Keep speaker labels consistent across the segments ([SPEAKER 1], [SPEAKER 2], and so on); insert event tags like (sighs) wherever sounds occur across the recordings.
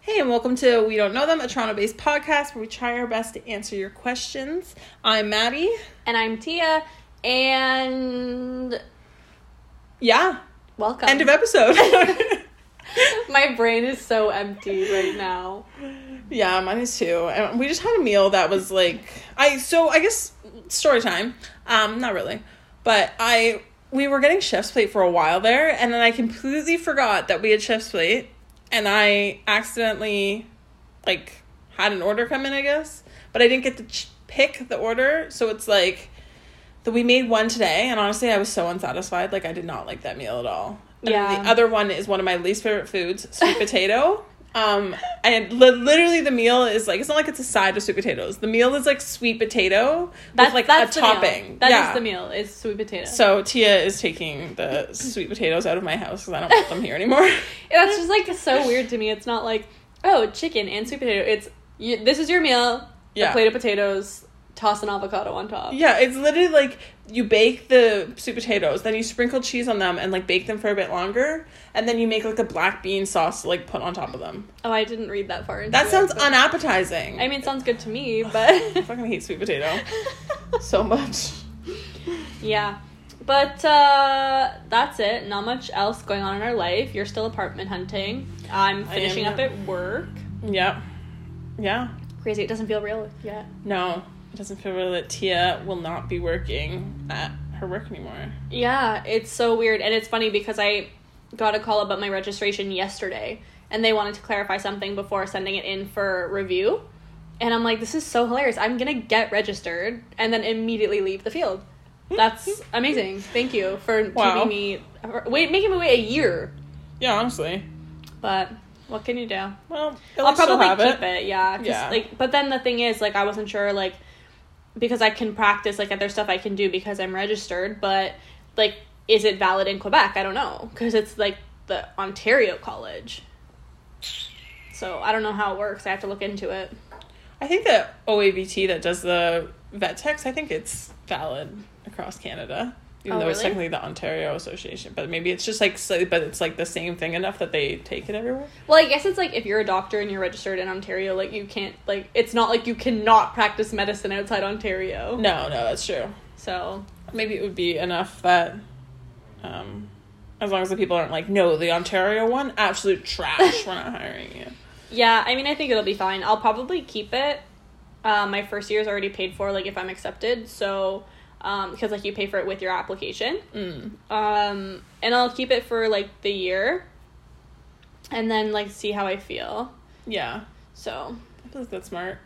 [SPEAKER 1] Hey, and welcome to We Don't Know Them, a Toronto based podcast where we try our best to answer your questions. I'm Maddie.
[SPEAKER 2] And I'm Tia, and
[SPEAKER 1] Yeah,
[SPEAKER 2] welcome.
[SPEAKER 1] end of episode. (laughs)
[SPEAKER 2] (laughs) My brain is so empty right now.
[SPEAKER 1] yeah, mine is too. And we just had a meal that was like, I, so I guess story time. Um, not really, but I, we were getting chef's plate for a while there, and then I completely forgot that we had chef's plate, and I accidentally, like, had an order come in, I guess, but I didn't get to ch- pick the order, so it's like, that we made one today, and honestly, I was so unsatisfied. Like, I did not like that meal at all. And
[SPEAKER 2] Yeah.
[SPEAKER 1] The other one is one of my least favorite foods,
[SPEAKER 2] (laughs)
[SPEAKER 1] sweet potato. Um, and li- literally, the meal is like it's not like it's a side of sweet potatoes. The meal is like sweet potato with like a
[SPEAKER 2] the meal.
[SPEAKER 1] topping.
[SPEAKER 2] That is
[SPEAKER 1] yeah.
[SPEAKER 2] the meal. It's sweet potato.
[SPEAKER 1] So Tia is taking the sweet potatoes out of my house because I don't want them here anymore. (laughs)
[SPEAKER 2] That's just like so weird to me. It's not like oh chicken and sweet potato. It's you, this is your meal.
[SPEAKER 1] Yeah.
[SPEAKER 2] A plate of potatoes. Toss an avocado on top.
[SPEAKER 1] Yeah, it's literally like you bake the sweet potatoes, then you sprinkle cheese on them and like bake them for a bit longer, and then you make like a black bean sauce to like put on top of them.
[SPEAKER 2] Oh, I didn't read that far. Into
[SPEAKER 1] That
[SPEAKER 2] it,
[SPEAKER 1] sounds
[SPEAKER 2] but-
[SPEAKER 1] unappetizing.
[SPEAKER 2] I mean, it sounds good to me,
[SPEAKER 1] (laughs)
[SPEAKER 2] but (laughs)
[SPEAKER 1] I (laughs) fucking hate sweet potato so much.
[SPEAKER 2] yeah. But uh, that's it. Not much else going on in our life. You're still apartment hunting. I'm
[SPEAKER 1] I
[SPEAKER 2] finishing
[SPEAKER 1] am,
[SPEAKER 2] up
[SPEAKER 1] yeah.
[SPEAKER 2] at work.
[SPEAKER 1] Yeah. Yeah.
[SPEAKER 2] Crazy. It doesn't feel real yet.
[SPEAKER 1] No, it doesn't feel real that Tia will not be working at her work anymore.
[SPEAKER 2] Yeah, it's so weird. And it's funny because I got a call about my registration yesterday and they wanted to clarify something before sending it in for review. And I'm like, this is so hilarious. I'm going to get registered and then immediately leave the field. (laughs) That's amazing. Thank you for
[SPEAKER 1] Wow.
[SPEAKER 2] keeping me, for wait, making me wait a year.
[SPEAKER 1] Yeah, honestly.
[SPEAKER 2] But what can you do?
[SPEAKER 1] Well, at
[SPEAKER 2] I'll
[SPEAKER 1] least she'll
[SPEAKER 2] probably
[SPEAKER 1] have
[SPEAKER 2] keep it,
[SPEAKER 1] it.
[SPEAKER 2] yeah. 'cause,
[SPEAKER 1] Yeah.
[SPEAKER 2] Like, but then the thing is, like, I wasn't sure, like, because I can practice, like, other stuff I can do because I'm registered, but like, is it valid in Quebec? I don't know because it's like the Ontario College. So I don't know how it works. I have to look into it.
[SPEAKER 1] I think the OAVT that does the vet techs, I think it's valid across Canada. Even
[SPEAKER 2] Oh,
[SPEAKER 1] though it's
[SPEAKER 2] really?
[SPEAKER 1] technically the Ontario Association, but maybe it's just like slightly, but it's like the same thing enough that they take it everywhere.
[SPEAKER 2] Well, I guess it's like if you're a doctor and you're registered in Ontario, like you can't like it's not like you cannot practice medicine outside Ontario.
[SPEAKER 1] No, no, that's true.
[SPEAKER 2] So
[SPEAKER 1] Maybe it would be enough that, um, as long as the people aren't like, no, the Ontario one, absolute trash. We're not hiring you. (laughs)
[SPEAKER 2] Yeah, I mean, I think it'll be fine. I'll probably keep it. Uh, my first year is already paid for, like if I'm accepted. So, um, because like you pay for it with your application.
[SPEAKER 1] Mm.
[SPEAKER 2] Um, and I'll keep it for like the year, and then like see how I feel.
[SPEAKER 1] Yeah,
[SPEAKER 2] So,
[SPEAKER 1] I feel like that's smart.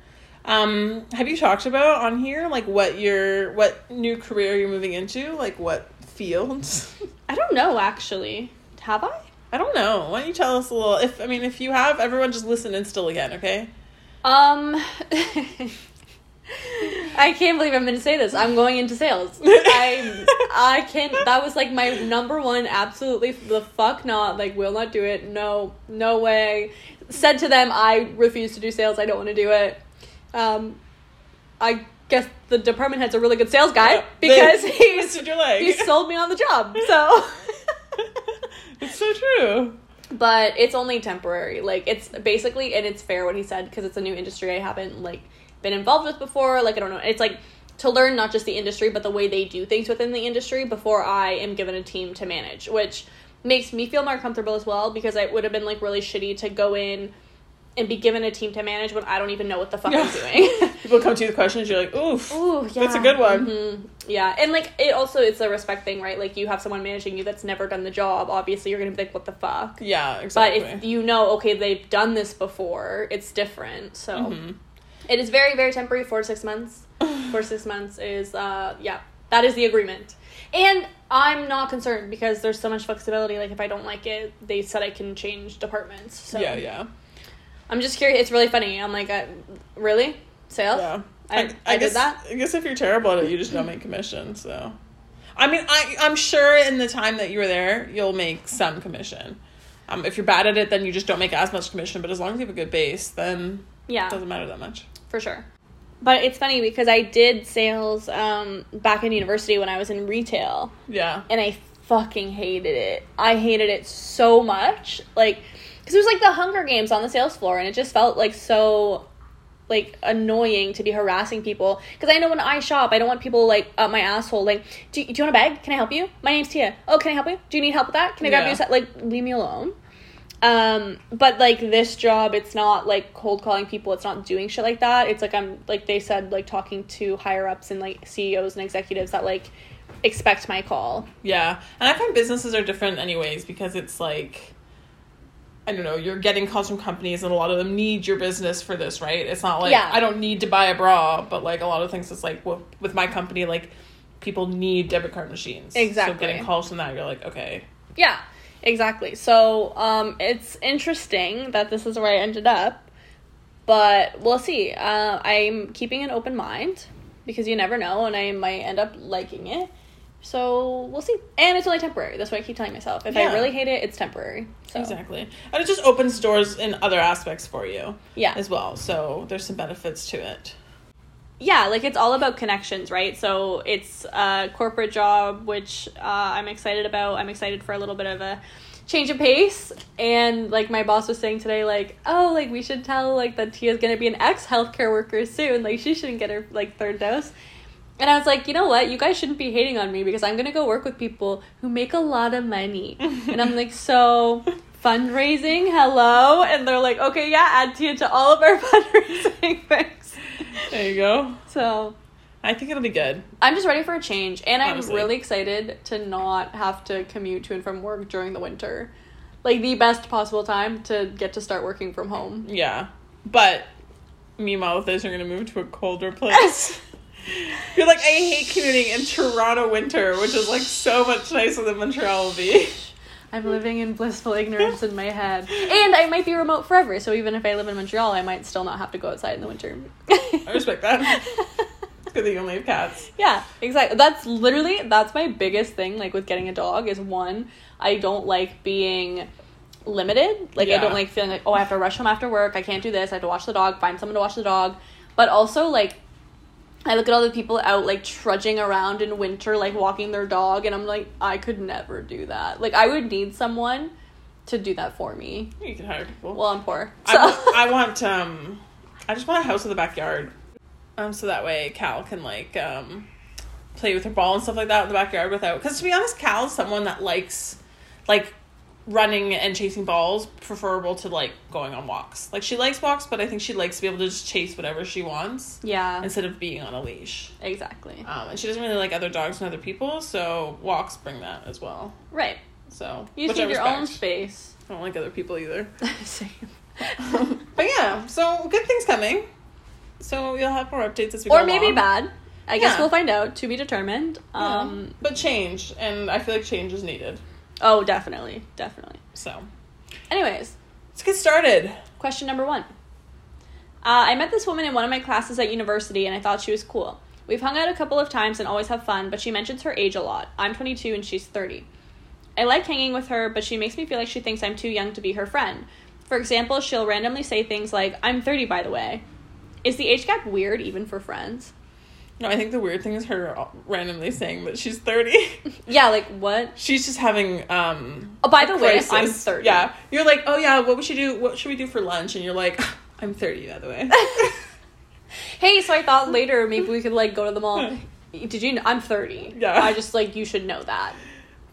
[SPEAKER 1] Um, have you talked about on here like what your what new career you're moving into? Like what fields? (laughs)
[SPEAKER 2] I don't know actually. Have I?
[SPEAKER 1] I don't know. Why don't you tell us a little? If I mean, if you have, everyone just listen and still again, okay?
[SPEAKER 2] Um, (laughs) I can't believe I'm going to say this. I'm going into sales.
[SPEAKER 1] (laughs)
[SPEAKER 2] I I can. That was like my number one. Absolutely, the fuck not. Like, will not do it. No, no way. Said to them, I refuse to do sales. I don't want to do it. Um, I guess the department head's a really good sales guy
[SPEAKER 1] Yeah. (laughs)
[SPEAKER 2] because (laughs)
[SPEAKER 1] They-
[SPEAKER 2] he's
[SPEAKER 1] Twisted your leg.
[SPEAKER 2] he sold me on the job. So.
[SPEAKER 1] (laughs)
[SPEAKER 2] (laughs)
[SPEAKER 1] it's so true.
[SPEAKER 2] but it's only temporary like it's basically and it's fair what he said because it's a new industry i haven't like been involved with before like i don't know it's like to learn not just the industry but the way they do things within the industry before i am given a team to manage which makes me feel more comfortable as well because i would have been like really shitty to go in and be given a team to manage when i don't even know what the fuck i'm
[SPEAKER 1] Yeah. (laughs)
[SPEAKER 2] doing
[SPEAKER 1] People come to you with questions. You're like, oof.
[SPEAKER 2] Ooh, yeah.
[SPEAKER 1] That's a good one.
[SPEAKER 2] Mhm. Yeah, and like it also it's a respect thing, right? Like you have someone managing you that's never done the job. Obviously, you're gonna be like, "What the fuck?"
[SPEAKER 1] Yeah,
[SPEAKER 2] mm-hmm. But
[SPEAKER 1] exactly.
[SPEAKER 2] if you know, okay, they've done this before, it's different. So
[SPEAKER 1] Mhm.
[SPEAKER 2] it is very, very temporary. Four to six months. Four to six months is, uh, yeah, that is the agreement. And I'm not concerned because there's so much flexibility. Like if I don't like it, they said I can change departments. So
[SPEAKER 1] Yeah, yeah,
[SPEAKER 2] I'm just curious. It's really funny. I'm like, I, really, sales?
[SPEAKER 1] yeah.
[SPEAKER 2] Oh, I, I,
[SPEAKER 1] guess,
[SPEAKER 2] did that.
[SPEAKER 1] I guess if you're terrible at it, you just don't make commission. So, I mean, I I'm sure in the time that you were there, you'll make some commission. Um, if you're bad at it, then you just don't make as much commission. But as long as you have a good base, then
[SPEAKER 2] Yeah.
[SPEAKER 1] it doesn't matter that much.
[SPEAKER 2] for sure. But it's funny because I did sales um, back in university when I was in retail,
[SPEAKER 1] Yeah.
[SPEAKER 2] and I fucking hated it. I hated it so much, like, because it was like the Hunger Games on the sales floor, and it just felt like so like annoying to be harassing people because I know when I shop, I don't want people like up my asshole. Like, do, do you want a bag? Can I help you? My name's Tia. Oh, can I help you? Do you need help with that? Can I grab
[SPEAKER 1] Yeah.
[SPEAKER 2] you? a sec-" Like, leave me alone. Um, but like this job, it's not like cold calling people. It's not doing shit like that. It's like I'm like they said, like talking to higher ups and like CEOs and executives that like expect my call.
[SPEAKER 1] Yeah. And I find businesses are different anyways because it's like I don't know, you're getting calls from companies and a lot of them need your business for this, right? It's not like
[SPEAKER 2] Yeah.
[SPEAKER 1] I don't need to buy a bra, but like a lot of things it's like well, with my company like people need debit card machines. So
[SPEAKER 2] Exactly.
[SPEAKER 1] getting calls from that you're like, okay.
[SPEAKER 2] Yeah, exactly. So um, it's interesting that this is where I ended up, but we'll see. Uh, I'm keeping an open mind because you never know, and I might end up liking it. So we'll see. And it's only temporary. That's what I keep telling myself. If
[SPEAKER 1] Yeah.
[SPEAKER 2] I really hate it, it's temporary. So
[SPEAKER 1] Exactly. And it just opens doors in other aspects for you
[SPEAKER 2] yeah,
[SPEAKER 1] as well. So there's some benefits to it.
[SPEAKER 2] yeah. Like it's all about connections, right? So it's a corporate job, which uh, I'm excited about. I'm excited for a little bit of a change of pace and like my boss was saying today like oh like we should tell like that tia's gonna be an ex healthcare worker soon like she shouldn't get her like third dose and i was like you know what you guys shouldn't be hating on me because i'm gonna go work with people who make a lot of money and i'm like so fundraising hello and they're like okay yeah add tia to all of our (laughs) fundraising things
[SPEAKER 1] There you go.
[SPEAKER 2] so
[SPEAKER 1] I think it'll be good.
[SPEAKER 2] I'm just ready for a change, and I'm
[SPEAKER 1] Honestly.
[SPEAKER 2] really excited to not have to commute to and from work during the winter. Like the best possible time to get to start working from home.
[SPEAKER 1] Yeah. But meanwhile, those are going to move to a colder
[SPEAKER 2] (laughs)
[SPEAKER 1] place. You're like, I hate commuting in Toronto winter, which is like so much nicer than Montreal will be.
[SPEAKER 2] I'm living in blissful ignorance in my head, and I might be remote forever. So even if I live in Montreal, I might still not have to go outside in the winter.
[SPEAKER 1] I respect that.
[SPEAKER 2] (laughs)
[SPEAKER 1] Good that you only have cats.
[SPEAKER 2] yeah, exactly. That's literally that's my biggest thing. Like with getting a dog is one, I don't like being limited. Like I
[SPEAKER 1] Yeah.
[SPEAKER 2] don't like feeling like oh I have to rush home after work. I can't do this. I have to watch the dog. Find someone to watch the dog. But also like I look at all the people out like trudging around in winter, like walking their dog, and I'm like I could never do that. Like I would need someone to do that for me.
[SPEAKER 1] You can hire people.
[SPEAKER 2] Well, I'm poor,
[SPEAKER 1] I
[SPEAKER 2] so (laughs)
[SPEAKER 1] wa- I want, um, I just want a house with a backyard. Um, so that way Cal can like, um, play with her ball and stuff like that in the backyard without, because to be honest, Cal's someone that likes, like, running and chasing balls preferable to like going on walks like she likes walks but i think she likes to be able to just chase whatever she wants
[SPEAKER 2] yeah,
[SPEAKER 1] instead of being on a leash
[SPEAKER 2] exactly.
[SPEAKER 1] um, and she doesn't really like other dogs and other people so walks bring that as well
[SPEAKER 2] Right,
[SPEAKER 1] so
[SPEAKER 2] you
[SPEAKER 1] which
[SPEAKER 2] just
[SPEAKER 1] I
[SPEAKER 2] need your own
[SPEAKER 1] respect.
[SPEAKER 2] space. (laughs)
[SPEAKER 1] i don't like other people either (laughs)
[SPEAKER 2] Same.
[SPEAKER 1] but yeah so good things coming so you'll have more updates as we go
[SPEAKER 2] or maybe
[SPEAKER 1] along.
[SPEAKER 2] bad. I guess
[SPEAKER 1] Yeah.
[SPEAKER 2] we'll find out. To be determined.
[SPEAKER 1] Yeah.
[SPEAKER 2] Um.
[SPEAKER 1] but change and i feel like change is needed
[SPEAKER 2] Oh, definitely, definitely.
[SPEAKER 1] so
[SPEAKER 2] Anyways,
[SPEAKER 1] let's get started
[SPEAKER 2] question number one. Uh, I met this woman in one of my classes at university, and I thought she was cool. We've hung out a couple of times and always have fun, but she mentions her age a lot. I'm 22 and she's 30. I like hanging with her, but she makes me feel like she thinks I'm too young to be her friend. For example, she'll randomly say things like, "I'm 30, by the way." Is the age gap weird even for friends?
[SPEAKER 1] no i think the weird thing is her randomly saying that she's 30
[SPEAKER 2] (laughs) Yeah, like what?
[SPEAKER 1] she's just having um
[SPEAKER 2] Oh, by the way, I'm
[SPEAKER 1] crisis.
[SPEAKER 2] 30.
[SPEAKER 1] yeah you're like oh yeah what we should do what should we do for lunch and you're like i'm 30 by the
[SPEAKER 2] (laughs)
[SPEAKER 1] way
[SPEAKER 2] hey, so I thought later maybe we could like go to the mall. Did you know I'm 30?
[SPEAKER 1] Yeah.
[SPEAKER 2] I just like you should know
[SPEAKER 1] (laughs)
[SPEAKER 2] that.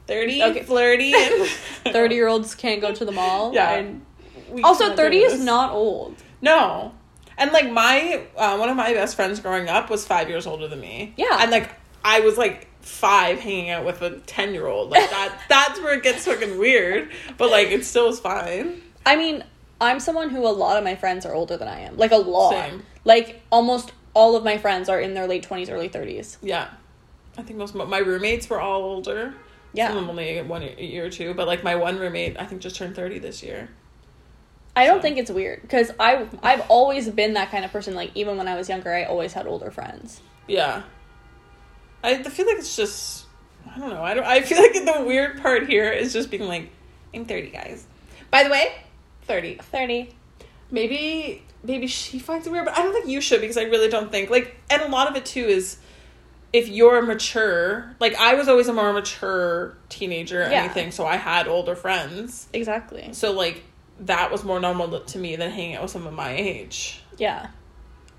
[SPEAKER 1] 30
[SPEAKER 2] Okay.
[SPEAKER 1] flirty
[SPEAKER 2] (laughs)
[SPEAKER 1] and (laughs)
[SPEAKER 2] 30 year olds can't go to the mall.
[SPEAKER 1] Yeah.
[SPEAKER 2] And
[SPEAKER 1] We
[SPEAKER 2] also
[SPEAKER 1] cannot do
[SPEAKER 2] 30 is
[SPEAKER 1] this.
[SPEAKER 2] not old.
[SPEAKER 1] no and like my uh, one of my best friends growing up was five years older than me
[SPEAKER 2] Yeah.
[SPEAKER 1] and like i was like five hanging out with a 10 year old like
[SPEAKER 2] (laughs)
[SPEAKER 1] that that's where it gets fucking weird but like it still is fine
[SPEAKER 2] I mean, I'm someone who a lot of my friends are older than I am. Like a lot.
[SPEAKER 1] Same.
[SPEAKER 2] Like almost all of my friends are in their late 20s, early 30s.
[SPEAKER 1] yeah i think most of my roommates were all older
[SPEAKER 2] Yeah.
[SPEAKER 1] Some of them only one a year or two, but like my one roommate, I think just turned thirty this year.
[SPEAKER 2] I don't
[SPEAKER 1] So.
[SPEAKER 2] think it's weird because I I've always been that kind of person. Like even when I was younger, I always had older friends.
[SPEAKER 1] Yeah, I th- feel like it's just I don't know. I don't. I feel like the weird part here is just being like, I'm thirty, guys. By the way, thirty.
[SPEAKER 2] 30.
[SPEAKER 1] Maybe maybe she finds it weird, but I don't think you should because I really don't think like. And a lot of it too is if you're mature. Like I was always a more mature teenager or
[SPEAKER 2] Yeah.
[SPEAKER 1] anything, so I had older friends.
[SPEAKER 2] Exactly.
[SPEAKER 1] So like that was more normal to me than hanging out with someone my age.
[SPEAKER 2] Yeah.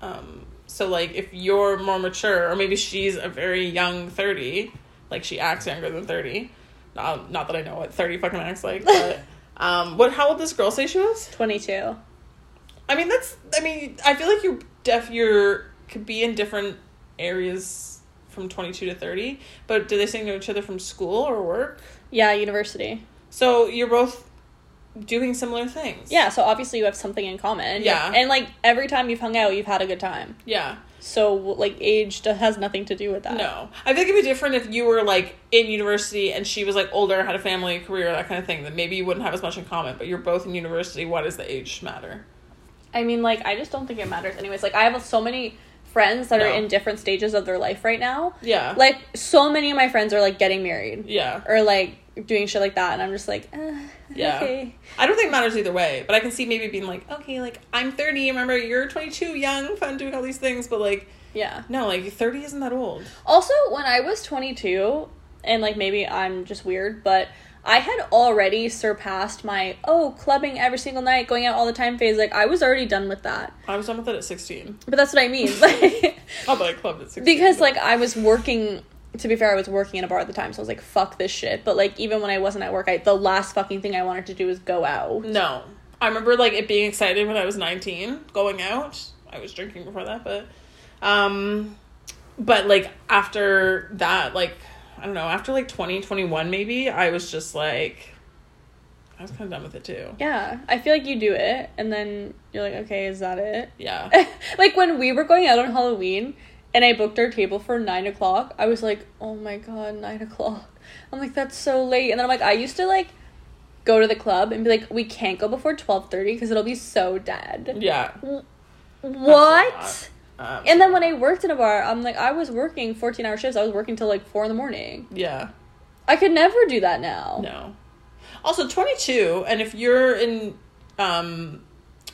[SPEAKER 1] Um, so like if you're more mature, or maybe she's a very young thirty, like she acts younger than thirty. Not, not that I know what thirty fucking acts like, but um, what? How old this girl say she was?
[SPEAKER 2] 22.
[SPEAKER 1] I mean, that's. I mean, I feel like you're deaf. You're could be in different areas from twenty two to thirty, but do they say know each other from school or work?
[SPEAKER 2] Yeah, university.
[SPEAKER 1] So you're both doing similar things.
[SPEAKER 2] Yeah, so obviously you have something in common.
[SPEAKER 1] Yeah.
[SPEAKER 2] And like every time you've hung out, you've had a good time.
[SPEAKER 1] Yeah.
[SPEAKER 2] So like age do- has nothing to do with that.
[SPEAKER 1] No, I think it'd be different if you were like in university and she was like older, had a family, career, that kind of thing. Then maybe you wouldn't have as much in common. But you're both in university. Why does the age matter?
[SPEAKER 2] I mean, like I just don't think it matters. Anyways, like I have so many friends that are
[SPEAKER 1] No.
[SPEAKER 2] in different stages of their life right now.
[SPEAKER 1] Yeah,
[SPEAKER 2] Like so many of my friends are like getting married
[SPEAKER 1] yeah,
[SPEAKER 2] or like doing shit like that, and I'm just like, eh,
[SPEAKER 1] Yeah.
[SPEAKER 2] okay.
[SPEAKER 1] I don't think it matters either way. But I can see maybe being like, okay, like I'm 30. Remember, you're 22, young, fun, doing all these things. But like,
[SPEAKER 2] Yeah.
[SPEAKER 1] no, like 30 isn't that old.
[SPEAKER 2] Also, when I was 22, and like maybe I'm just weird, but I had already surpassed my oh clubbing every single night, going out all the time phase. Like I was already done with that.
[SPEAKER 1] I was done with it at 16.
[SPEAKER 2] But that's what I mean. (laughs) Like
[SPEAKER 1] Oh, but I clubbed at 16.
[SPEAKER 2] because
[SPEAKER 1] but-
[SPEAKER 2] like I was working to be fair, I was working in a bar at the time, so I was like, fuck this shit. But like even when I wasn't at work, I the last fucking thing I wanted to do was go out.
[SPEAKER 1] no, I remember like it being excited when I was 19, going out. I was drinking before that, but um but like after that like i don't know after like 20 21 maybe i was just like i was kind of done with it too
[SPEAKER 2] Yeah. I feel like you do it and then you're like, okay, is that it? (laughs)
[SPEAKER 1] yeah
[SPEAKER 2] like when we were going out on Halloween and I booked our table for nine o'clock, I was like, oh my god, nine o'clock. I'm like, that's so late. And then I'm like, I used to like go to the club and be like, we can't go before twelve thirty because it'll be so dead.
[SPEAKER 1] yeah
[SPEAKER 2] What?
[SPEAKER 1] um,
[SPEAKER 2] And then when I worked in a bar, I'm like, I was working fourteen hour shifts. I was working till like four in the morning.
[SPEAKER 1] yeah
[SPEAKER 2] I could never do that now.
[SPEAKER 1] no also 22 and if you're in um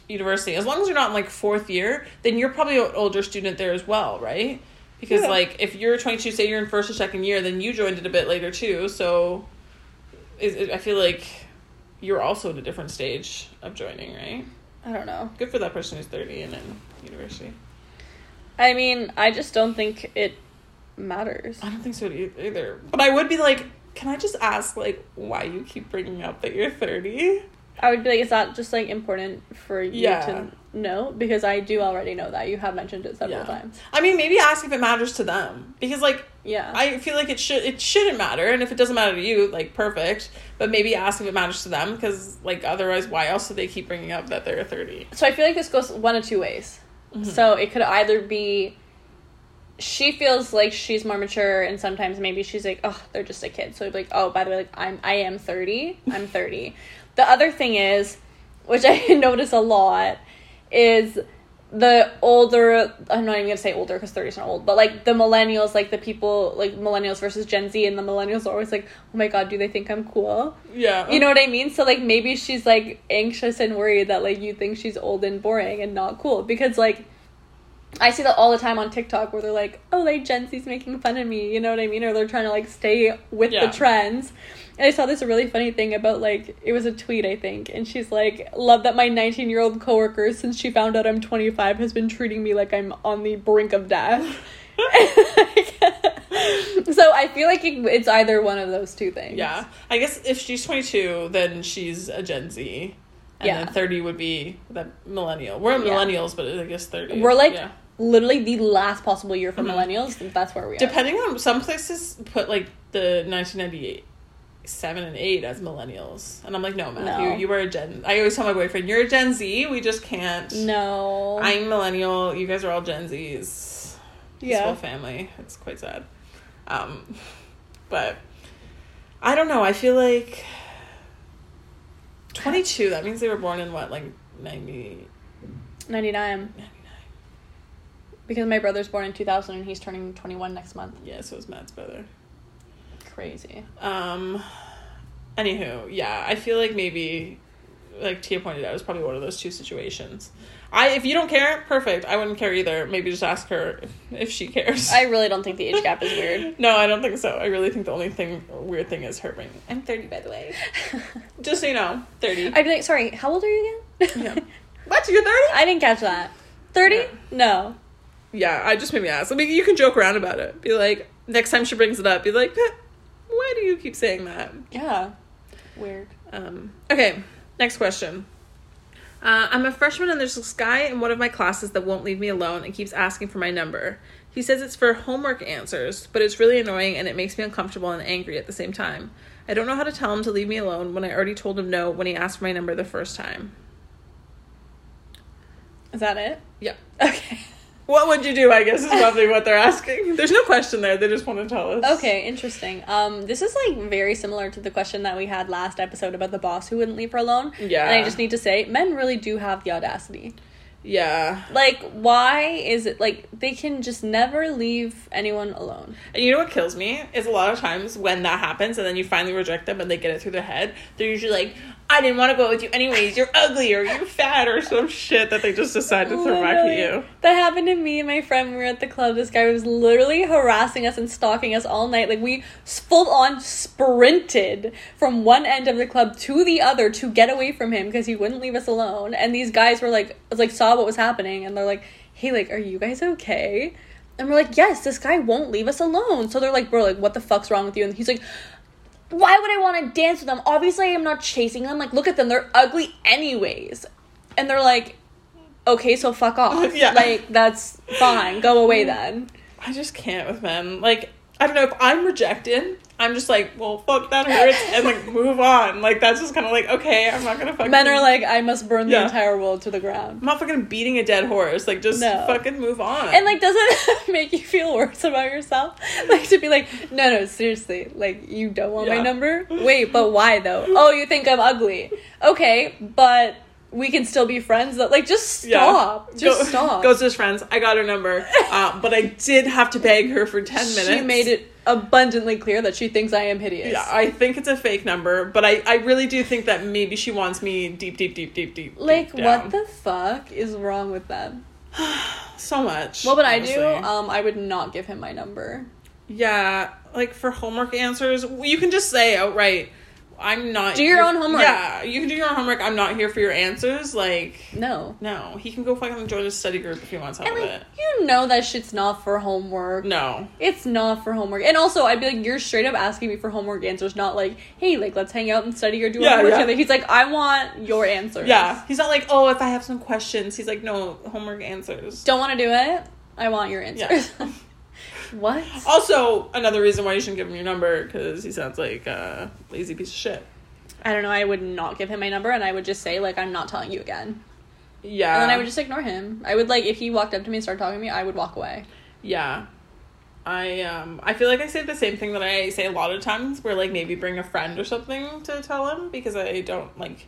[SPEAKER 1] university as long as you're not in like fourth year then you're probably an older student there as well right because
[SPEAKER 2] Yeah.
[SPEAKER 1] like if you're 22 say you're in first or second year then you joined it a bit later too so is it, i feel like you're also at a different stage of joining right
[SPEAKER 2] I don't know.
[SPEAKER 1] good for that person who's 30 and in university
[SPEAKER 2] I mean, I just don't think it matters.
[SPEAKER 1] i don't think so e- either but i would be like can i just ask like why you keep bringing up that you're 30
[SPEAKER 2] I would be like, is that just like important for you
[SPEAKER 1] Yeah.
[SPEAKER 2] to know? Because I do already know that. You have mentioned it several
[SPEAKER 1] Yeah.
[SPEAKER 2] times.
[SPEAKER 1] i mean maybe ask if it matters to them because like
[SPEAKER 2] Yeah.
[SPEAKER 1] I feel like it should it shouldn't matter, and if it doesn't matter to you, like perfect. But maybe ask if it matters to them, because like otherwise, why else do they keep bringing up that they're thirty?
[SPEAKER 2] so I feel like this goes one of two ways. So it could either be she feels like she's more mature and sometimes maybe she's like, Oh, they're just a kid. So it'd be like, Oh, by the way, like I'm I am thirty. I'm thirty. the other thing is, which (laughs) I notice a lot, is the older I'm not even gonna say older because 30 is not old, but like the millennials, like the people like millennials versus Gen Z and the millennials are always like, Oh my god, do they think I'm cool?
[SPEAKER 1] Yeah,
[SPEAKER 2] You know what I mean? So like maybe she's like anxious and worried that like you think she's old and boring and not cool because like I see that all the time on TikTok where they're like, "Oh, like Gen Z's making fun of me," you know what I mean? Or they're trying to like stay with
[SPEAKER 1] Yeah.
[SPEAKER 2] the trends. And I saw this really funny thing about like it was a tweet I think, and she's like, "Love that my 19 year old coworker, since she found out I'm 25, has been treating me like I'm on the brink of
[SPEAKER 1] (laughs)
[SPEAKER 2] death." (laughs) so I feel like it, it's either one of those two things.
[SPEAKER 1] yeah. I guess if she's twenty two, then she's a Gen Z, and
[SPEAKER 2] Yeah.
[SPEAKER 1] then thirty would be the millennial. We're
[SPEAKER 2] Yeah.
[SPEAKER 1] millennials, but I guess thirty.
[SPEAKER 2] We're like
[SPEAKER 1] Yeah.
[SPEAKER 2] literally the last possible year for
[SPEAKER 1] Mm-hmm.
[SPEAKER 2] millennials. That's where we are.
[SPEAKER 1] depending on some places put like the nineteen ninety eight. Seven and eight as millennials, and I'm like, no, Matthew,
[SPEAKER 2] No.
[SPEAKER 1] you are a Gen. I always tell my boyfriend, you're a Gen Z. We just can't.
[SPEAKER 2] no.
[SPEAKER 1] I'm millennial. You guys are all Gen Zs. This whole
[SPEAKER 2] yeah.
[SPEAKER 1] family. It's quite sad. Um, but I don't know. I feel like 22. That means they were born in what, like 90,
[SPEAKER 2] 99.
[SPEAKER 1] 99?
[SPEAKER 2] Because my brother's born in 2000 and he's turning 21 next month.
[SPEAKER 1] Yeah, so it was Matt's brother.
[SPEAKER 2] Crazy.
[SPEAKER 1] (laughs) Um, anywho, yeah, I feel like maybe like Tia pointed out, it was probably one of those two situations. I if you don't care, perfect. I wouldn't care either. Maybe just ask her if, if she cares.
[SPEAKER 2] I really don't think the age gap is weird.
[SPEAKER 1] no, I don't think so. I really think the only thing weird thing is her ring. (laughs) I'm 30 by the way. Just so you know, 30.
[SPEAKER 2] (laughs) I'd be like, sorry, how old are you again?
[SPEAKER 1] yeah. What? You're 30?
[SPEAKER 2] (laughs) I didn't catch that. 30?
[SPEAKER 1] Yeah.
[SPEAKER 2] No.
[SPEAKER 1] Yeah, I just made me ask. I mean, you can joke around about it. Be like, next time she brings it up, be like, "Huh, why do you keep saying that?
[SPEAKER 2] Yeah. Weird.
[SPEAKER 1] Um, okay, next question. Uh, I'm a freshman and there's this guy in one of my classes that won't leave me alone and keeps asking for my number. He says it's for homework answers, but it's really annoying and it makes me uncomfortable and angry at the same time. I don't know how to tell him to leave me alone when I already told him no when he asked for my number the first time.
[SPEAKER 2] Is that it? (laughs)
[SPEAKER 1] Yeah.
[SPEAKER 2] Okay.
[SPEAKER 1] What would you do? I guess is probably what they're asking. There's no question there. They just want to tell us.
[SPEAKER 2] Okay, interesting. Um, this is like very similar to the question that we had last episode about the boss who wouldn't leave her alone.
[SPEAKER 1] Yeah.
[SPEAKER 2] And I just need to say, men really do have the audacity.
[SPEAKER 1] Yeah.
[SPEAKER 2] Like, why is it like they can just never leave anyone alone?
[SPEAKER 1] And you know what kills me is a lot of times when that happens and then you finally reject them and they get it through their head, they're usually like, I didn't want to go with you anyways, you're ugly or you're fat or some shit that they just decide to throw back at
[SPEAKER 2] Literally.
[SPEAKER 1] you.
[SPEAKER 2] That happened to me and my friend. when We were at the club. This guy was literally harassing us and stalking us all night. Like we full on sprinted from one end of the club to the other to get away from him because he wouldn't leave us alone. And these guys were like, like saw what was happening and they're like, "Hey, like, are you guys okay?" And we're like, "Yes, this guy won't leave us alone." So they're like, "Bro, like, what the fuck's wrong with you?" And he's like. Why would I want to dance with them? Obviously, I'm not chasing them. Like, look at them; they're ugly, anyways. And they're like, okay, so fuck off.
[SPEAKER 1] (laughs) Yeah. Mm-hmm.
[SPEAKER 2] Like, that's fine. Go away then.
[SPEAKER 1] I just can't with men. Like, I don't know, if I'm rejected, I'm just like, well, fuck, that hurts, and
[SPEAKER 2] (laughs)
[SPEAKER 1] like, move on. Like, that's just kind of like, okay, I'm not gonna fucking.
[SPEAKER 2] Men are like, I must burn the
[SPEAKER 1] Yeah.
[SPEAKER 2] entire world to the ground.
[SPEAKER 1] I'm not fucking beating a dead horse. Like, just
[SPEAKER 2] No.
[SPEAKER 1] fucking move on.
[SPEAKER 2] And, like, doesn't it (laughs) make you feel worse about yourself? (laughs) Like, to be like, no, no, seriously. Like, you don't want my
[SPEAKER 1] Yeah. (laughs)
[SPEAKER 2] number? Wait, but why though? Oh, you think I'm ugly. Okay, but we can still be friends though. Like, just stop.
[SPEAKER 1] (laughs)
[SPEAKER 2] Just
[SPEAKER 1] Go-
[SPEAKER 2] stop.
[SPEAKER 1] Goes to his friends. I got her number, uh, but I did have to beg her for ten minutes.
[SPEAKER 2] She made it abundantly clear that she thinks I am hideous.
[SPEAKER 1] Yeah, I think it's a fake number, but I, I really do think that maybe she wants me deep, deep, deep, deep, deep.
[SPEAKER 2] like,
[SPEAKER 1] deep down.
[SPEAKER 2] what the fuck is wrong with them?
[SPEAKER 1] So much.
[SPEAKER 2] What would I do?
[SPEAKER 1] honestly.
[SPEAKER 2] Um, I would not give him my number.
[SPEAKER 1] yeah, like for homework answers, you can just say outright, I'm not.
[SPEAKER 2] Do your
[SPEAKER 1] here-
[SPEAKER 2] own homework.
[SPEAKER 1] Yeah, you can do your own homework. I'm not here for your answers. Like,
[SPEAKER 2] No.
[SPEAKER 1] no, he can go fucking join a study group if he wants out
[SPEAKER 2] And
[SPEAKER 1] of
[SPEAKER 2] like
[SPEAKER 1] it.
[SPEAKER 2] you know that shit's not for homework.
[SPEAKER 1] No.
[SPEAKER 2] It's not for homework. And also I'd be like, you're straight up asking me for homework answers, not like, hey, like let's hang out and study or do
[SPEAKER 1] Yeah,
[SPEAKER 2] homework
[SPEAKER 1] yeah.
[SPEAKER 2] together. (laughs) He's like, I want your answers.
[SPEAKER 1] Yeah, he's not like, oh, if I have some questions, he's like, no, homework answers.
[SPEAKER 2] Don't want to do it? I want your answers. (laughs) what?
[SPEAKER 1] Also, another reason why you shouldn't give him your number because he sounds like a lazy piece of shit.
[SPEAKER 2] I don't know, I would not give him my number and I would just say, like, I'm not telling you again.
[SPEAKER 1] Yeah.
[SPEAKER 2] And then I would just ignore him. I would like if he walked up to me and started talking to me, I would walk away.
[SPEAKER 1] Yeah. I um I feel like I say the same thing that I say a lot of times where like maybe bring a friend or something to tell him because I don't like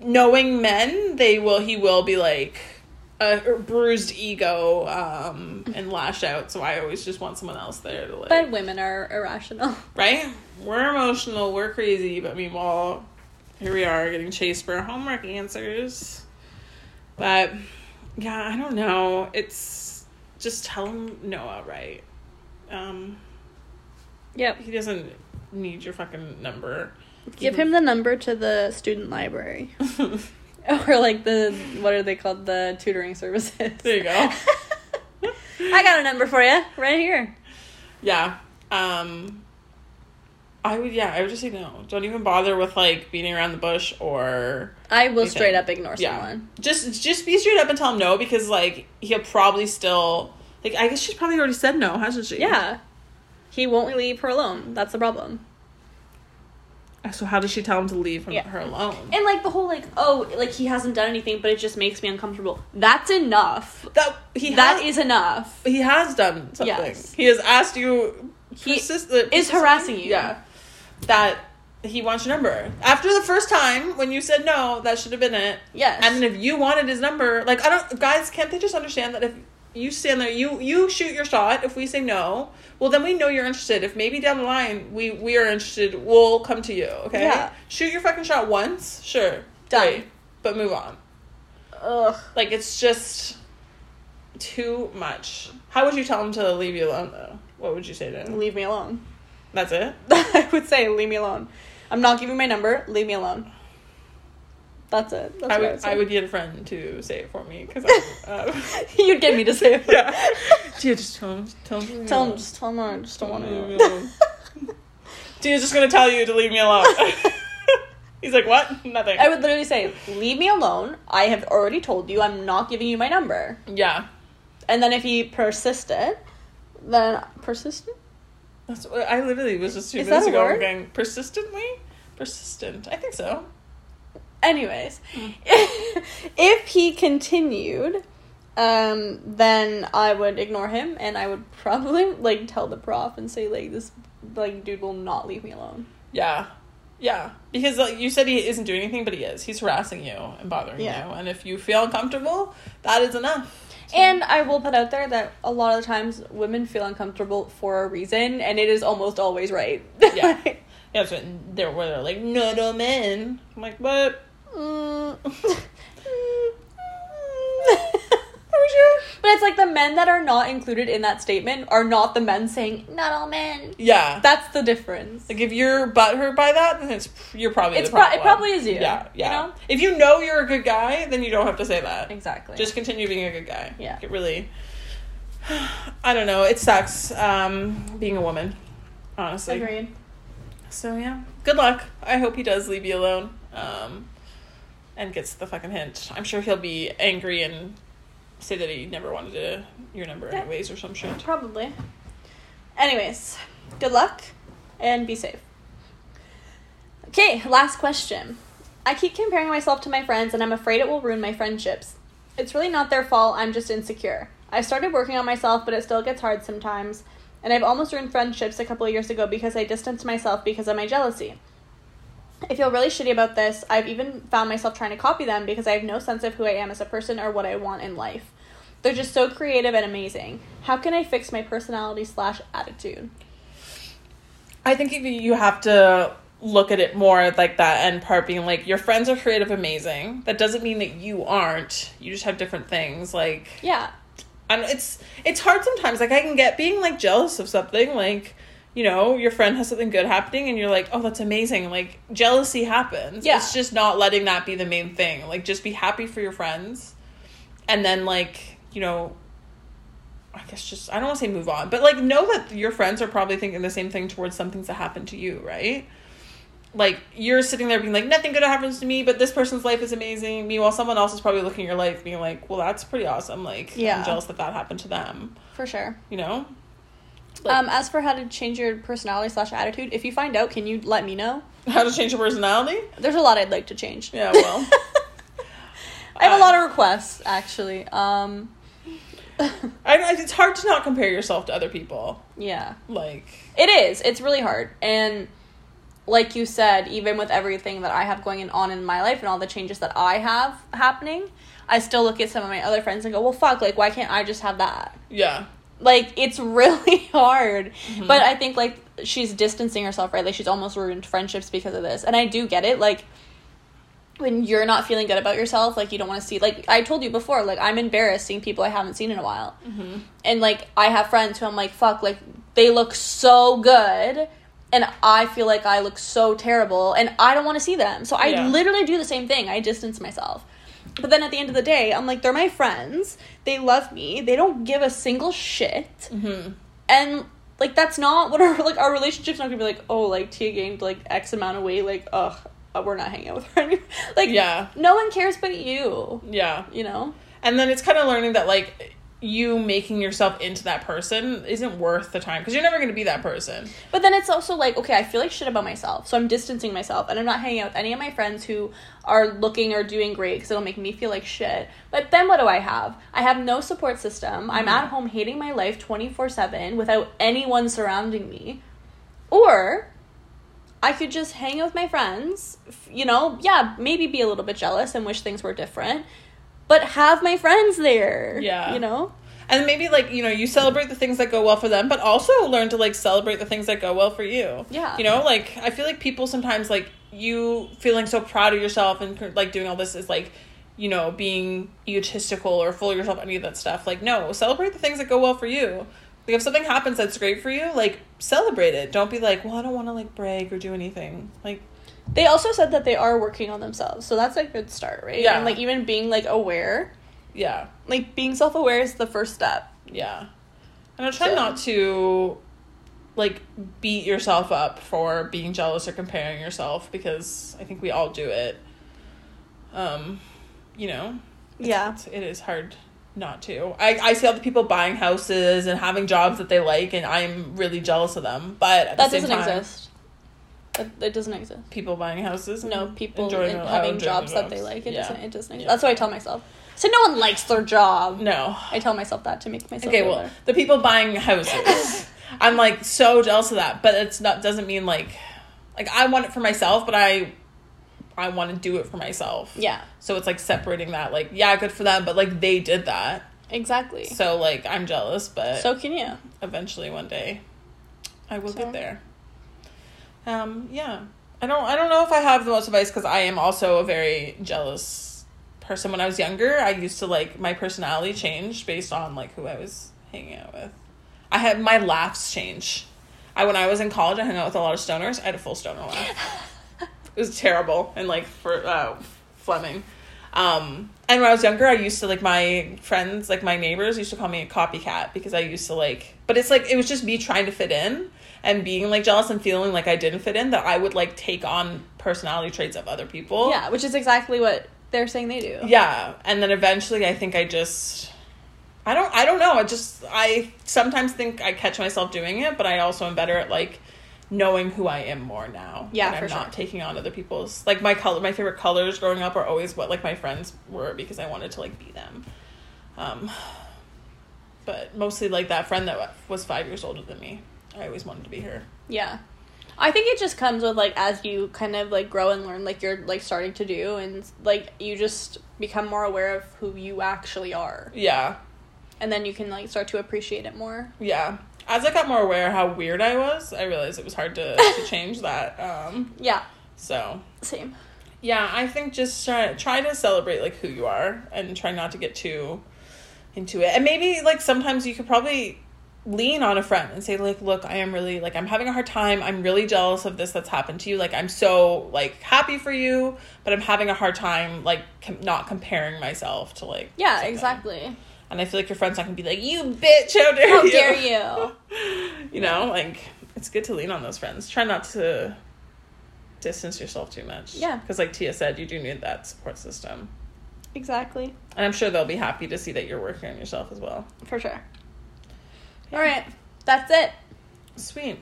[SPEAKER 1] knowing men, they will he will be like a bruised ego um and lash out, so I always just want someone else there to like
[SPEAKER 2] But women are irrational.
[SPEAKER 1] right? We're emotional, we're crazy, but meanwhile here we are getting chased for our homework answers. But yeah, I don't know. It's just tell him no outright. Um
[SPEAKER 2] (laughs) Yep.
[SPEAKER 1] he doesn't need your fucking number. (laughs)
[SPEAKER 2] Give him the number to the student library. (laughs) or like the what are they called? The tutoring services.
[SPEAKER 1] There you go.
[SPEAKER 2] (laughs) I got a number for you right here.
[SPEAKER 1] yeah. Um I would yeah, I would just say no. Don't even bother with like beating around the bush or
[SPEAKER 2] I will
[SPEAKER 1] Okay.
[SPEAKER 2] straight up ignore
[SPEAKER 1] yeah.
[SPEAKER 2] someone.
[SPEAKER 1] Just just be straight up and tell him no because like he'll probably still like I guess she's probably already said no, hasn't she?
[SPEAKER 2] Yeah. He won't leave her alone. That's the problem.
[SPEAKER 1] So how does she tell him to leave him,
[SPEAKER 2] Yeah.
[SPEAKER 1] her alone?
[SPEAKER 2] And like the whole like oh like he hasn't done anything but it just makes me uncomfortable. That's enough.
[SPEAKER 1] That he
[SPEAKER 2] that
[SPEAKER 1] has,
[SPEAKER 2] is enough.
[SPEAKER 1] he has done something.
[SPEAKER 2] Yes.
[SPEAKER 1] He has asked you.
[SPEAKER 2] He
[SPEAKER 1] persist-
[SPEAKER 2] is harassing you.
[SPEAKER 1] Yeah, that he wants your number after the first time when you said no. That should have been it.
[SPEAKER 2] Yes.
[SPEAKER 1] And if you wanted his number, like I don't, guys, can't they just understand that if you stand there, you you shoot your shot. If we say no, well then we know you're interested. If maybe down the line we we are interested, we'll come to you. Okay.
[SPEAKER 2] Yeah.
[SPEAKER 1] Shoot your fucking shot once. Sure.
[SPEAKER 2] Done.
[SPEAKER 1] Great. but move on.
[SPEAKER 2] Ugh.
[SPEAKER 1] Like it's just too much. How would you tell him to leave you alone though? What would you say to him?
[SPEAKER 2] Leave me alone.
[SPEAKER 1] That's it.
[SPEAKER 2] (laughs) I would say, leave me alone. I'm not giving my number. Leave me alone. That's it. That's
[SPEAKER 1] I
[SPEAKER 2] what
[SPEAKER 1] would
[SPEAKER 2] say.
[SPEAKER 1] I would get a friend to say it for me because I um,
[SPEAKER 2] (laughs) You'd get me to say it.
[SPEAKER 1] (laughs) yeah. Dude, just tell him. Tell him.
[SPEAKER 2] (laughs) Tell him. Just tell him. I just don't want to.
[SPEAKER 1] Leave me alone. (laughs) Dude's just gonna tell you to leave me alone. (laughs) He's like, what? Nothing.
[SPEAKER 2] (laughs) I would literally say, leave me alone. I have already told you I'm not giving you my number.
[SPEAKER 1] yeah.
[SPEAKER 2] And then if he persisted, then persistent?
[SPEAKER 1] That's what I literally was just two
[SPEAKER 2] Is
[SPEAKER 1] minutes
[SPEAKER 2] that a
[SPEAKER 1] ago
[SPEAKER 2] word?
[SPEAKER 1] going persistently, persistent. I think so.
[SPEAKER 2] Anyways, (laughs) if he continued, um, then I would ignore him and I would probably like tell the prof and say like this like dude will not leave me alone.
[SPEAKER 1] Yeah, yeah. Because like you said, he isn't doing anything, but he is. He's harassing you and bothering
[SPEAKER 2] Yeah.
[SPEAKER 1] you. And if you feel uncomfortable, that is enough.
[SPEAKER 2] And I will put out there that a lot of the times women feel uncomfortable for a reason, and it is almost always right. (laughs)
[SPEAKER 1] Yeah. Yeah, so they're where they're like, no, no, men. I'm like, what?
[SPEAKER 2] Mm. (laughs) But it's like the men that are not included in that statement are not the men saying not all men.
[SPEAKER 1] Yeah.
[SPEAKER 2] That's the difference.
[SPEAKER 1] like if you're butthurt by that, then it's you're probably
[SPEAKER 2] It's
[SPEAKER 1] the
[SPEAKER 2] pro- it
[SPEAKER 1] problem.
[SPEAKER 2] probably is you,
[SPEAKER 1] Yeah,
[SPEAKER 2] you
[SPEAKER 1] yeah.
[SPEAKER 2] know?
[SPEAKER 1] If you know you're a good guy, then you don't have to say that.
[SPEAKER 2] Exactly.
[SPEAKER 1] Just continue being a good guy.
[SPEAKER 2] Yeah.
[SPEAKER 1] It really. (sighs) I don't know. It sucks um, being a woman, honestly.
[SPEAKER 2] agreed.
[SPEAKER 1] So yeah, good luck. I hope he does leave you alone, um, and gets the fucking hint. I'm sure he'll be angry and say that he never wanted to, your number
[SPEAKER 2] Yeah.
[SPEAKER 1] anyways or some shit.
[SPEAKER 2] Probably. Anyways, good luck and be safe. Okay, last question. I keep comparing myself to my friends and I'm afraid it will ruin my friendships. It's really not their fault, I'm just insecure. I started working on myself, but it still gets hard sometimes, and I've almost ruined friendships a couple of years ago because I distanced myself because of my jealousy. I feel really shitty about this. I've even found myself trying to copy them because I have no sense of who I am as a person or what I want in life. They're just so creative and amazing. How can I fix my personality slash attitude?
[SPEAKER 1] I think you- you have to look at it more like that end part being like your friends are creative, amazing. That doesn't mean that you aren't. You just have different things like.
[SPEAKER 2] Yeah.
[SPEAKER 1] I'm, it's it's hard sometimes. Like I can get being like jealous of something. Like you know, your friend has something good happening, and you're like, oh, that's amazing. Like jealousy happens.
[SPEAKER 2] Yeah.
[SPEAKER 1] It's just not letting that be the main thing. Like just be happy for your friends, and then like you know. I guess just I don't want to say move on, but like know that your friends are probably thinking the same thing towards some things that happened to you, right? Like you're sitting there being like nothing good happens to me, but this person's life is amazing. Meanwhile, someone else is probably looking at your life being like, well, that's pretty awesome. Like
[SPEAKER 2] Yeah.
[SPEAKER 1] I'm jealous that that happened to them.
[SPEAKER 2] For sure.
[SPEAKER 1] You know, (laughs) Like-
[SPEAKER 2] Um, as for how to change your personality slash attitude, if you find out, can you let me know?
[SPEAKER 1] how to change your personality?
[SPEAKER 2] There's a lot I'd like to change.
[SPEAKER 1] Yeah, well,
[SPEAKER 2] I have
[SPEAKER 1] Uh,
[SPEAKER 2] a lot of requests actually. Um,
[SPEAKER 1] I, I- it's hard to not compare yourself to other people.
[SPEAKER 2] yeah.
[SPEAKER 1] Like,
[SPEAKER 2] It is. It's really hard. And like you said, even with everything that I have going on in my life and all the changes that I have happening, I still look at some of my other friends and go, "Well, fuck, like why can't I just have that?"
[SPEAKER 1] yeah,
[SPEAKER 2] like it's (laughs) really hard but i think like she's distancing herself right like she's almost ruined friendships because of this and i do get it like when you're not feeling good about yourself like you don't want to see like i told you before like i'm embarrassed seeing people i haven't seen in a while and like i have friends who i'm like fuck like they look so good and i feel like i look so terrible and i don't want to see them so i
[SPEAKER 1] Yeah.
[SPEAKER 2] literally do the same thing i distance myself but then at the end of the day, I'm like, they're my friends. They love me. They don't give a single shit.
[SPEAKER 1] mm-hmm,
[SPEAKER 2] And like, that's not what (laughs) our like our relationship's not gonna be like. Oh, like Tia gained like X amount of weight. Like, ugh, uh, we're not hanging out with her anymore. (laughs) Like,
[SPEAKER 1] Yeah.
[SPEAKER 2] no one cares but you.
[SPEAKER 1] yeah.
[SPEAKER 2] You know.
[SPEAKER 1] And then it's kind of learning that like you making yourself into that person isn't worth the time because you're never going to be that person.
[SPEAKER 2] But then it's also like, okay, I feel like shit about myself, so I'm distancing myself, and I'm not hanging out with any of my friends who are looking or doing great because it'll make me feel like shit. But then what do I have? I have no support system. I'm at home hating my life 24 7 without anyone surrounding me. Or I could just hang out with my friends, f- you know, yeah, maybe be a little bit jealous and wish things were different, but have my friends there.
[SPEAKER 1] Yeah.
[SPEAKER 2] You know?
[SPEAKER 1] And maybe like, you know, you celebrate the things that go well for them, but also learn to like celebrate the things that go well for you.
[SPEAKER 2] Yeah.
[SPEAKER 1] You know, like I feel like people sometimes like you feeling so proud of yourself and like doing all this is like you know being egotistical or full of yourself any of that stuff like no celebrate the things that go well for you like if something happens that's great for you like celebrate it don't be like well i don't want to like brag or do anything like
[SPEAKER 2] They also said that they are working on themselves, so that's a good start, right?
[SPEAKER 1] Yeah.
[SPEAKER 2] And like even being like aware,
[SPEAKER 1] yeah
[SPEAKER 2] like being self aware is the first step.
[SPEAKER 1] yeah and i try
[SPEAKER 2] So-
[SPEAKER 1] not to like beat yourself up for being jealous or comparing yourself because i think we all do it um you know
[SPEAKER 2] Yeah.
[SPEAKER 1] it's- it is hard not to. I, I see all the people buying houses and having jobs that they like, and I'm really jealous of them. But at the
[SPEAKER 2] That
[SPEAKER 1] same
[SPEAKER 2] doesn't
[SPEAKER 1] time,
[SPEAKER 2] exist. That, that doesn't exist.
[SPEAKER 1] People buying houses, and
[SPEAKER 2] No, people
[SPEAKER 1] enjoying
[SPEAKER 2] and
[SPEAKER 1] their-
[SPEAKER 2] having
[SPEAKER 1] enjoying
[SPEAKER 2] jobs
[SPEAKER 1] their
[SPEAKER 2] that they like. It
[SPEAKER 1] Yeah.
[SPEAKER 2] doesn't. It doesn't. Exist.
[SPEAKER 1] Yeah.
[SPEAKER 2] That's what I tell myself. So no one likes their job.
[SPEAKER 1] No.
[SPEAKER 2] I tell myself that to make myself.
[SPEAKER 1] Okay,
[SPEAKER 2] feel
[SPEAKER 1] well,
[SPEAKER 2] better.
[SPEAKER 1] the people buying
[SPEAKER 2] (laughs)
[SPEAKER 1] houses, I'm like so jealous of that. But it's not doesn't mean like, like I want it for myself, but I, I want to do it for myself.
[SPEAKER 2] Yeah.
[SPEAKER 1] So it's like separating that. Like, yeah, good for them, but like they did that.
[SPEAKER 2] Exactly. So,
[SPEAKER 1] So uh, like I'm jealous, but
[SPEAKER 2] can you?
[SPEAKER 1] eventually one day i will
[SPEAKER 2] So-
[SPEAKER 1] get there um yeah i don't i don't know if i have the most advice because i am also a very jealous person when i was younger i used to like my personality changed based on like who i was hanging out with i had my laughs change i when i was in college i hung out with a lot of stoners i had a full stoner laugh it was terrible and like for uh, fleming um and when i was younger i used to like my friends like my neighbors used to call me a copycat because i used to like but it's like it was just me trying to fit in and being like jealous and feeling like i didn't fit in that i would like take on personality traits of other people
[SPEAKER 2] Yeah, which is exactly what they're saying they do.
[SPEAKER 1] yeah and then eventually i think i just i don't i don't know i just i sometimes think i catch myself doing it but i also am better at like knowing who i am more now
[SPEAKER 2] Yeah,
[SPEAKER 1] and i'm
[SPEAKER 2] for
[SPEAKER 1] not
[SPEAKER 2] sure.
[SPEAKER 1] taking on other people's like my color my favorite colors growing up are always what like my friends were because i wanted to like be them um but mostly like that friend that was five years older than me i always wanted to be her
[SPEAKER 2] Yeah. I think it just comes with like as you kind of like grow and learn like you're like starting to do and like you just become more aware of who you actually are
[SPEAKER 1] yeah
[SPEAKER 2] and then you can like start to appreciate it more.
[SPEAKER 1] yeah as i got more aware how weird i was i realized it was hard to, to change that um
[SPEAKER 2] Yeah,
[SPEAKER 1] so
[SPEAKER 2] same.
[SPEAKER 1] yeah i think just try, try to celebrate like who you are and try not to get too into it and maybe like sometimes you could probably lean on a friend and say like look i am really like i'm having a hard time i'm really jealous of this that's happened to you like i'm so like happy for you but i'm having a hard time like com- not comparing myself to like
[SPEAKER 2] Yeah,
[SPEAKER 1] something."
[SPEAKER 2] exactly.
[SPEAKER 1] and i feel like your friend's not gonna be like you bitch how dare
[SPEAKER 2] How
[SPEAKER 1] you
[SPEAKER 2] dare you?
[SPEAKER 1] you know like it's good to lean on those friends try not to distance yourself too much
[SPEAKER 2] Yeah.
[SPEAKER 1] because like tia said you do need that support system
[SPEAKER 2] Exactly.
[SPEAKER 1] and i'm sure they'll be happy to see that you're working on yourself as well
[SPEAKER 2] For sure. All right. That's it.
[SPEAKER 1] sweet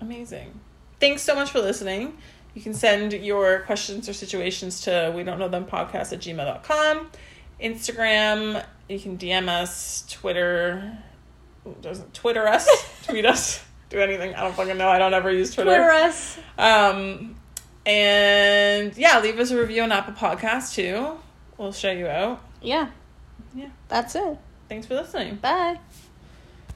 [SPEAKER 1] amazing thanks so much for listening you can send your questions or situations to we don't know them podcast at gmail.com instagram you can dm us twitter doesn't twitter
[SPEAKER 2] (laughs)
[SPEAKER 1] us tweet us do anything i don't fucking know i don't ever use
[SPEAKER 2] Twitter us.
[SPEAKER 1] Um, and yeah, leave us a review on Apple Podcasts too. We'll show you out.
[SPEAKER 2] Yeah.
[SPEAKER 1] Yeah.
[SPEAKER 2] That's it.
[SPEAKER 1] Thanks for listening.
[SPEAKER 2] Bye.